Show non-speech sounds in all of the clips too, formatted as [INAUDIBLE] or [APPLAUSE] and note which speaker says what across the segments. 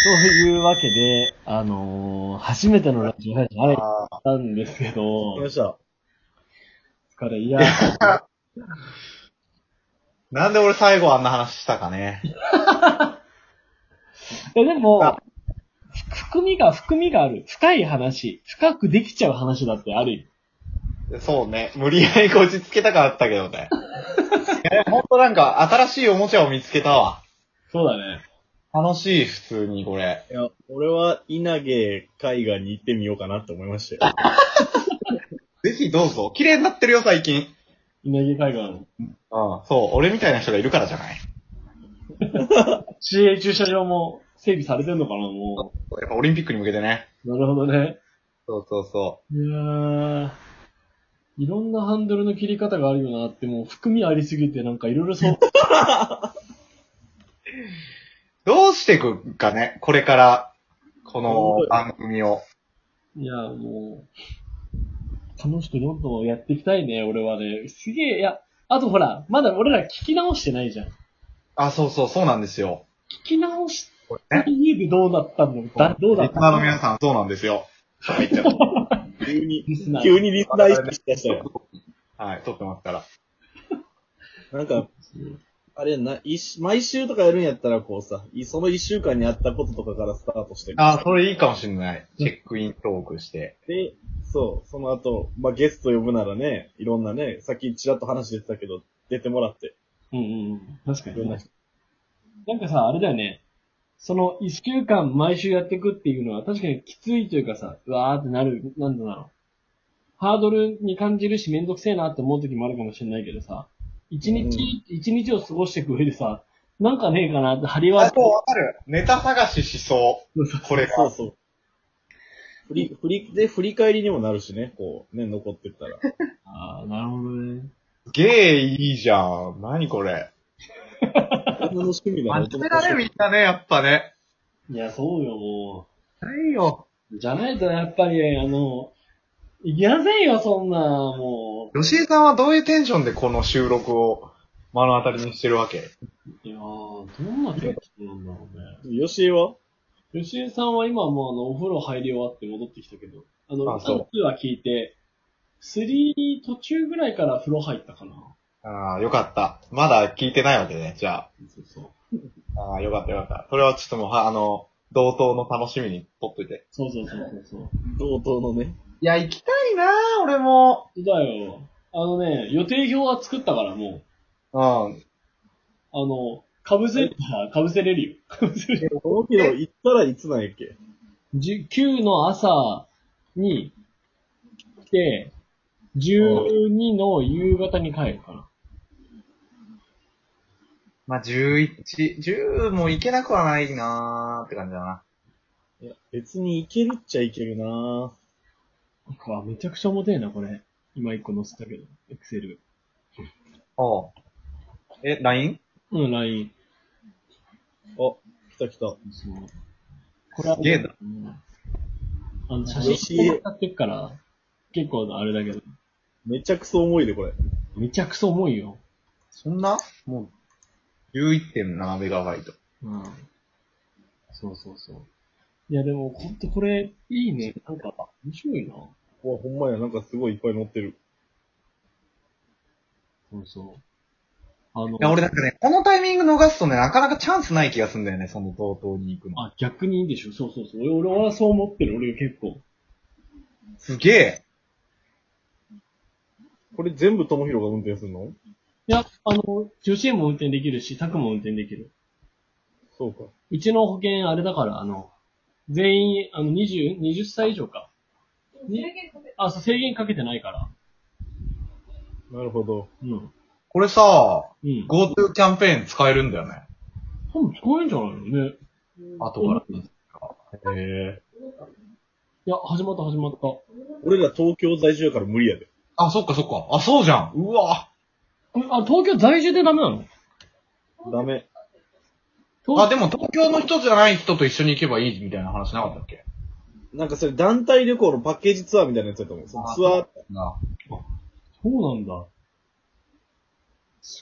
Speaker 1: そういうわけで、あのー初めてのラジオ配信、あれだ
Speaker 2: ああ、
Speaker 1: ったんですけど、
Speaker 2: 来ました。
Speaker 1: 疲れ、いや、
Speaker 2: なんで俺最後あんな話したかね。
Speaker 1: え、でも
Speaker 2: あ、
Speaker 1: 含みが、含みがある。深い話。深くできちゃう話だってある意味。
Speaker 2: そうね。無理やりこじつけたかったけど
Speaker 3: [LAUGHS]
Speaker 2: ね。いや、ほんとなんか新しいおもちゃを見つけたわ。
Speaker 1: そうだね。
Speaker 2: 楽しい、普通にこれ。
Speaker 3: いや、俺は稲毛海岸に行ってみようかなって思いましたよ。
Speaker 2: [LAUGHS] ぜひどうぞ。綺麗になってるよ、最近。
Speaker 1: 稲毛海岸。
Speaker 2: うん。そう、俺みたいな人がいるからじゃない。
Speaker 1: 市営駐車場も整備されてんのかな、も
Speaker 2: やっぱオリンピックに向けてね。
Speaker 1: う。なるほどね。
Speaker 2: そうそうそ
Speaker 1: いやー。いろんなハンドルの切り方があるよなって、もう含みありすぎて、なんかいろいろそう。
Speaker 2: う。どうしていくかね、これから、この番組を。
Speaker 1: いやー、もう、楽しくどんどんやっていきたいね、俺はね。すげえ、いや、あとほら、まだ俺ら聞き直してないじゃん。聞
Speaker 2: あ、そうそう、そうなんですよ。
Speaker 1: き直し
Speaker 2: これ
Speaker 1: た
Speaker 2: ね。
Speaker 1: 家でどうだったのだどうだ
Speaker 2: リ
Speaker 1: っ
Speaker 2: ス
Speaker 1: た
Speaker 2: ナーの皆さん、そうなんですよ。とか言っちゃう
Speaker 3: 急に、
Speaker 1: リスナー
Speaker 3: 急にリスナー意識しだしたよ。
Speaker 2: はい、撮ってますから。
Speaker 3: なんか、あれやな、いし毎週とかやるんやったらこうさ、いその一週間にあったこととかからスタートして
Speaker 2: あ、それいいかもしれない。チェックイントークして。
Speaker 3: で、そう、その後、まあ、ゲスト呼ぶならね、いろんなね、さっきちらっと話出てたけど、出てもらって、
Speaker 1: うんうんうん。確か
Speaker 3: いろ
Speaker 1: に
Speaker 3: んな
Speaker 1: ね。
Speaker 3: 人。
Speaker 1: なんかさ、あれだよね。その一週間毎週やっていくっていうのは確かにきついというかさ、うわーってなる、なんだろう。ハードルに感じるしめんどくせえなって思う時もあるかもしれないけどさ、一日、一、日を過ごしていく上でさ、なんかねえかなって張りは
Speaker 2: あ、、そう、わかる。ネタ探ししそう。これ
Speaker 3: そ
Speaker 2: が
Speaker 3: う。そう。振り、振り、で、振り返りにもなるしね、こう、ね、残ってったら。
Speaker 2: [LAUGHS]
Speaker 1: あーなるほどね。
Speaker 2: すげえいいじゃん。何これ。
Speaker 3: 女の趣味が
Speaker 2: 真面目だね、みんなね、やっぱね。
Speaker 1: いや、そうよ、も
Speaker 2: ないよ。
Speaker 1: う。じゃないとやっぱり、あの、いきませんよ、そんな、も
Speaker 2: 吉井さんはどういうテンションでこの収録を目の当たりにしてるわけ
Speaker 1: う。いやー、どんなテンションなんだろうね。
Speaker 3: 吉江は
Speaker 1: 吉江さんは今もうあの、お風呂入り終わって戻ってきたけど、あの、
Speaker 2: あそう
Speaker 1: 2は聞いて、3途中ぐらいから風呂入ったかな。
Speaker 2: ああ、よかった。まだ聞いてないわけね、じゃ
Speaker 1: そうそう。
Speaker 2: あ。ああ、よかったよかった。それはちょっともう、はあの、同等の楽しみに撮っといて。
Speaker 1: そうそうそうそうそう。
Speaker 3: 同等のね。
Speaker 2: いや、行きたいな俺も。
Speaker 1: そうだよ。あのね、予定表は作ったからも
Speaker 2: うん。
Speaker 1: う、あの、かぶせる [LAUGHS] から、かぶせれるよ。かぶせる。
Speaker 3: え、この日の行ったらいつなんやっけ
Speaker 1: 9の朝に来て、12の夕方に帰るかな。
Speaker 2: まあ、11、10も行けなくはないなーって感じだな。
Speaker 3: いや、別に行けるっちゃ行けるなぁ。
Speaker 1: うわ、めちゃくちゃ重てえな、これ。今一個載せたけど、エクセル。
Speaker 2: おうえ、LINE?
Speaker 1: うん、LINE。
Speaker 3: あ、来た来た。
Speaker 1: そう。これは、
Speaker 2: すげえな
Speaker 1: うんあの、写真使ってっから、結構あれだけど、
Speaker 3: めちゃくそ重いで、これ。
Speaker 1: めちゃくそ重いよ。
Speaker 2: そんなもう、11.7メガバイト。
Speaker 1: うん。そうそうそう。いや、でも、ほんとこれ、いいね。なんか、面白いな。
Speaker 3: うわ、ほんまや、なんかすごいいっぱい乗ってる。
Speaker 1: そうそう。あの
Speaker 2: い、や、俺だってね、このタイミング逃すとね、なかなかチャンスない気がすんだよね、その同等に行くの。
Speaker 1: あ、逆にいいでしょ。そうそうそう。俺、俺はそう思ってる。俺結構。
Speaker 2: すげえ。
Speaker 3: これ全部ともひろが運転するの
Speaker 1: いや、あの、女子園も運転できるし、タクも運転できる。
Speaker 3: そうか。
Speaker 1: うちの保険、あれだから、あの、全員、あの、20、20歳以上か。にあ、そう、制限かけてないから。
Speaker 3: なるほど。
Speaker 1: うん。
Speaker 2: これさ、
Speaker 1: うん。
Speaker 2: GoTo キャンペーン使えるんだよね。
Speaker 1: 多分使えんじゃないのね。
Speaker 2: あとから。
Speaker 3: へえ。
Speaker 1: いや、始まった始まった。
Speaker 3: 俺ら東京在住やから無理やで。
Speaker 2: あ、そっかそっか。あ、そうじゃん。うわ。
Speaker 1: あ、東京在住でダメなの
Speaker 3: ダメ。
Speaker 2: あ、
Speaker 1: 東
Speaker 2: でも東京の人じゃない人と一緒に行けばいいみたいな話なかったっけ
Speaker 3: なんかそれ団体旅行のパッケージツアーみたいなやつやと思う。そのツア
Speaker 2: な
Speaker 1: そうなんだ。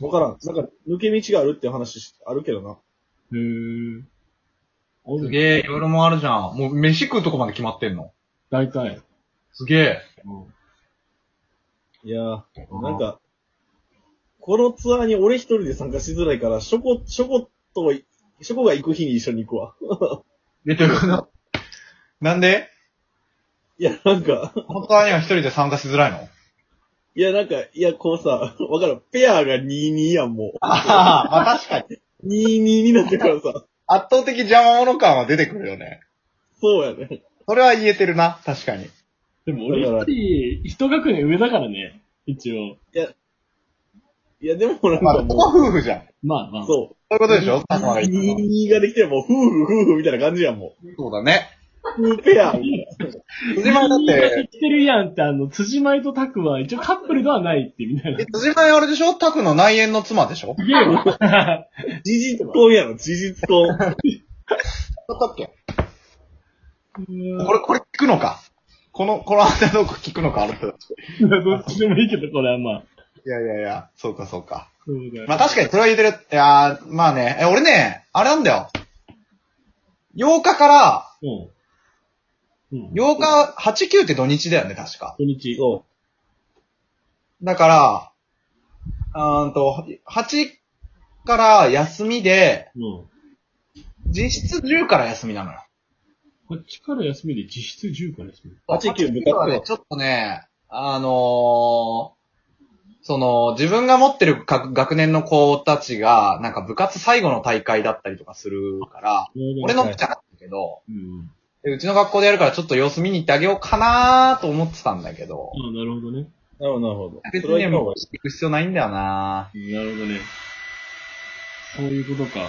Speaker 3: ー、わからん。なんか抜け道があるっていう話しあるけどな。
Speaker 1: へえ。お
Speaker 2: す
Speaker 1: る。
Speaker 2: げえ、いろいろもあるじゃん。もう飯食うとこまで決まってんの。
Speaker 1: 大体。
Speaker 2: すげえ。
Speaker 1: うん
Speaker 3: いやー、なんか、このツアーに俺一人で参加しづらいから、ショコ、ショコと、ショコが行く日に一緒に行くわ。
Speaker 2: え、ということ [LAUGHS] なんで
Speaker 3: いや、なんか、
Speaker 2: 本当は兄が一人で参加しづらいの
Speaker 3: いや、なんか、いや、こうさ、 [LAUGHS] わからん。ペアが22やん、も
Speaker 2: ああ、まあ確かに。
Speaker 3: う。22になってからさ。 [LAUGHS]
Speaker 2: 圧倒的邪魔者感は出てくるよね。
Speaker 3: そうやね。
Speaker 2: それは言えてるな、確かに。
Speaker 1: でも俺
Speaker 3: だから
Speaker 1: 一人、一学年上だからね。一応。
Speaker 3: いや、でもなん
Speaker 2: まあ、
Speaker 3: か
Speaker 2: ここは
Speaker 3: も
Speaker 2: 夫婦じゃん。そ
Speaker 1: まあま
Speaker 3: う、
Speaker 1: あ。
Speaker 3: そう
Speaker 2: いうことでしょ佐久間が言ったのは
Speaker 3: 22ができても、夫婦、夫婦みたいな感じやん、も
Speaker 2: そうだね。
Speaker 3: う。夫婦ペア。
Speaker 2: 辻前だっ
Speaker 1: 言
Speaker 2: て、
Speaker 1: い方してるやんって、あの、辻前とタクは一応カップルではないって、みたいな。
Speaker 2: え辻前あれでしょタクの内縁の妻でしょ
Speaker 1: すげえわ。
Speaker 3: 事実婚やろ、事
Speaker 2: [LAUGHS]
Speaker 3: 実婚。
Speaker 2: だったっけ
Speaker 1: うん
Speaker 2: これ、これ聞くのかこの、このアンダードック聞くのかあの人たち。
Speaker 1: どっちでもいいけど、これはまあ。
Speaker 2: いやいやいや、そうかそうか。
Speaker 1: そうだよ
Speaker 2: まあ確かにそれは言えてる。いやーまあね、え、俺ね、あれなんだよ。8日から、
Speaker 1: うん。うん。
Speaker 2: 8日、8、9って土日だよね、確か。
Speaker 1: 土日。
Speaker 3: そ
Speaker 2: だから、うーんと、8から休みで、
Speaker 1: うん。
Speaker 2: 実質10から休みなのよ。
Speaker 1: こっちから休みで実質10から休み。
Speaker 3: う。8、9、部活
Speaker 2: はね、ちょっとね、あのーその、自分が持ってる学学年の子たちが、なんか部活最後の大会だったりとかするから、俺のじゃなかったけど、
Speaker 1: うん。
Speaker 2: でうちの学校でやるからちょっと様子見に行ってあげようかなーと思ってたんだけど、
Speaker 1: ああ、なるほどね。
Speaker 3: なるほど、なるほど。
Speaker 2: 別
Speaker 3: それ
Speaker 2: に
Speaker 3: は行った方
Speaker 2: も
Speaker 3: が
Speaker 2: う行く必要ないんだよな
Speaker 1: なるほどね。そういうことか。
Speaker 3: いい。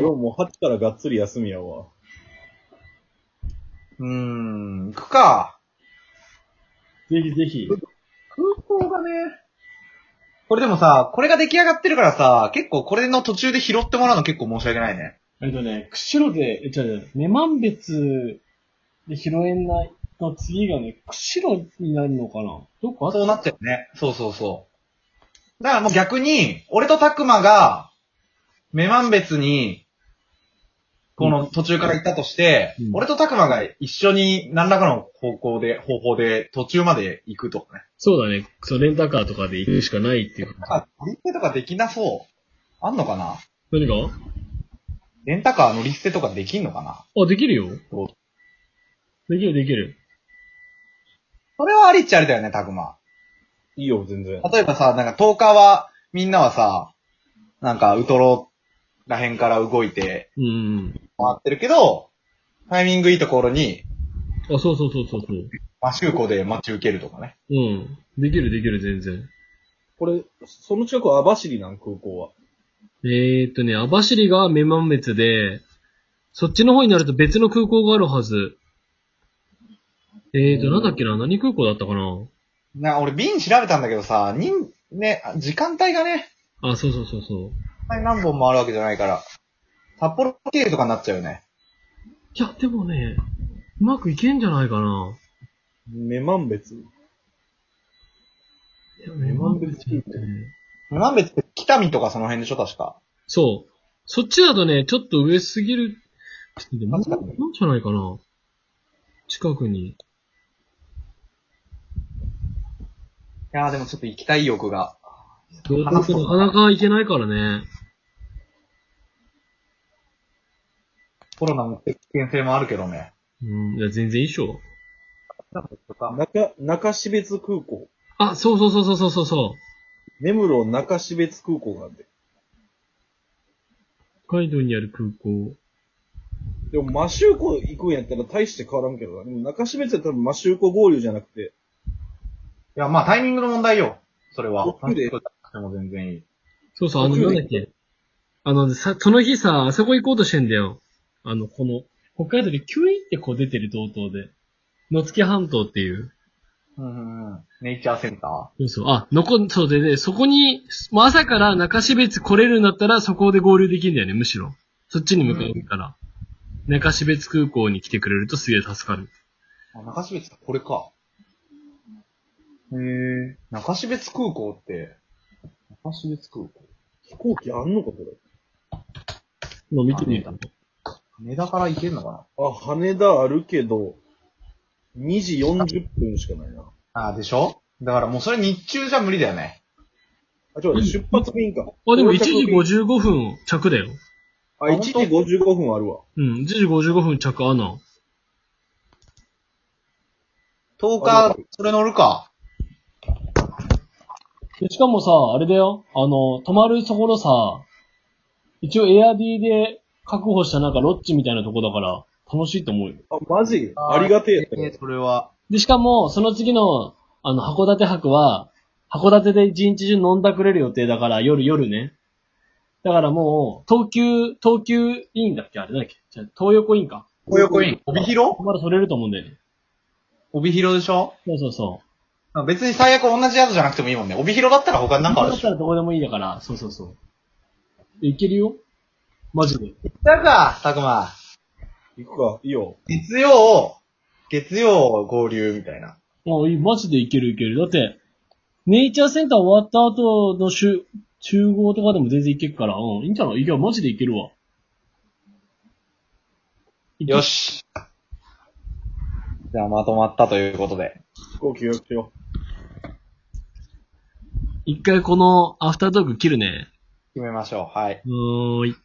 Speaker 3: 俺もう8からがっつり休みやわ。
Speaker 2: うーん、行くか。
Speaker 1: ぜひぜひ。
Speaker 2: 空港がね。これでもさ、これが出来上がってるからさ、結構これの途中で拾ってもらうの結構申し訳ないね。
Speaker 1: えっとね、釧路で、え、違う違う、女満別で拾えないと次がね、釧路になるのかなどこあ
Speaker 2: そうなっちゃうね。そうそうそう。だからもう逆に、俺とたくまが、目満別に、この途中から行ったとして、
Speaker 1: うん
Speaker 2: 俺とたくまが一緒に何らかの方向で、方法で途中まで行くとかね。
Speaker 1: そうだね。そう、レンタカーとかで行くしかないっていう
Speaker 2: なんか、乗り捨てとかできなそう。あんのかな
Speaker 1: 何が
Speaker 2: レンタカー乗り捨てとかできんのかな
Speaker 1: あ、できるよ。
Speaker 2: お
Speaker 1: できるできる。
Speaker 2: それはありっちゃありだよね、たくま。
Speaker 3: いいよ、全然。
Speaker 2: 例えばさ、なんか10日は、みんなはさ、なんかウトロら辺から動いて、
Speaker 1: うん。
Speaker 2: 回ってるけど、タイミングいいところに、
Speaker 1: あ、そうそうそうそうそう。
Speaker 2: 真周湖で待ち受けるとかね。
Speaker 1: うん。できるできる、全然。
Speaker 3: これ、その近くは網走なん、空港は。
Speaker 1: えー、っとね、網走が目満別で、そっちの方になると別の空港があるはず。えーっと、
Speaker 3: うん
Speaker 1: なんだっけな何空港だったかな
Speaker 2: な、俺便調べたんだけどさ、人、ね、あ時間帯がね、
Speaker 1: あ、そうそうそうそう。
Speaker 2: 何本もあるわけじゃないから、札幌経由とかになっちゃうよね。
Speaker 1: いや、でもね、うまくいけんじゃないかな。
Speaker 3: 目満別。
Speaker 1: いや、
Speaker 3: 目満別空港
Speaker 1: ね。
Speaker 2: なん別って北見とかその辺でしょ、確か。
Speaker 1: そう。そっちだとね、ちょっと上すぎる。ちょっと待って
Speaker 2: 確かに
Speaker 1: なんじゃないかな近くに。
Speaker 2: いやーでもちょっと行きたい欲が。
Speaker 1: 道東ってなかなか行けないからね。
Speaker 2: コロナの危険性もあるけどね。
Speaker 1: うん、いや、全然いいっしょ。
Speaker 3: 中、中標別空港。
Speaker 1: あ、そうそうそうそうそうそう。
Speaker 3: 根室中標別空港なんで。
Speaker 1: 北海道にある空港。
Speaker 3: でも、マシューコ行くんやったら大して変わらんけどな。でも中標別は多分マシューコ合流じゃなくて、
Speaker 2: いや、まあタイミングの問題よ。それは。
Speaker 3: 欲で
Speaker 2: でも全然いい。
Speaker 1: そうそう、あの、
Speaker 3: 北海
Speaker 1: な
Speaker 3: 道
Speaker 1: んだっけ。あの、さ、その日さ、あそこ行こうとしてんだよ。あの、この、北海道でキュイってこう出てる道東で。野付半島っていう。
Speaker 2: うんうんうん。ネイチャーセンター
Speaker 1: そうそう。あ、残ん、そうでね、そこに、まあ朝から中標別来れるんだったら、そこで合流できるんだよね、むしろ。そっちに向かうから。中標別空港に来てくれるとすげえ助かる。
Speaker 2: あ、中標津これか。へえ。中標津空港って、中標津空港
Speaker 3: 飛行機あんのか、これ。
Speaker 1: 今見てみる
Speaker 2: あ
Speaker 1: と。
Speaker 2: 羽田から行けんのか
Speaker 3: あ、羽田あるけど、2時40分しかないな。
Speaker 2: なあーでしょだからもうそれ日中じゃ無理だよね。
Speaker 3: あ、ちょ、出発便か。
Speaker 1: あ、でも1時
Speaker 3: 50
Speaker 1: 55分着だよ。
Speaker 3: あ、1時55分あるわ。
Speaker 1: うん、1時55分着アナ。
Speaker 2: 10日、それ乗るか。
Speaker 1: でしかもさ、あれだよ。あの、泊まるところさ、一応エアビーで確保したなんかロッジみたいなとこだから、楽しいと思うよ。
Speaker 3: あ、マジありがてえ。
Speaker 2: えーそれは。
Speaker 1: で、しかも、その次の、あの、函館泊は、函館で一日中飲んだくれる予定だから、夜夜ね。だからもう、東急、東急委員だっけあれなんだっけじゃあ東横委員か。
Speaker 2: 東横イン。帯広
Speaker 1: まだ取れると思うんだよね。
Speaker 2: 帯広でしょ
Speaker 1: そうそうそう。
Speaker 2: 別に最悪同じ宿じゃなくてもいいもんね。帯広だったら他になんかあ
Speaker 1: だ
Speaker 2: るで
Speaker 1: っ
Speaker 2: したょ。
Speaker 1: らどこでもいいだから、そうそうそう。いけるよマジで。
Speaker 2: だか、たくま。
Speaker 3: 行くか、いいよ。
Speaker 2: 月曜、月曜合流みたいな。
Speaker 1: あ、いい、マジでいけるいける。だって、ネイチャーセンター終わった後の集、集合とかでも全然いけるから、うん、いいんじゃないいや、マジでいけるわ。
Speaker 2: よし。じゃあまとまったということで。
Speaker 3: 飛行機予約しよ
Speaker 1: 一回このアフタートーク切るね。
Speaker 2: 決めましょう。はい。
Speaker 1: うーい。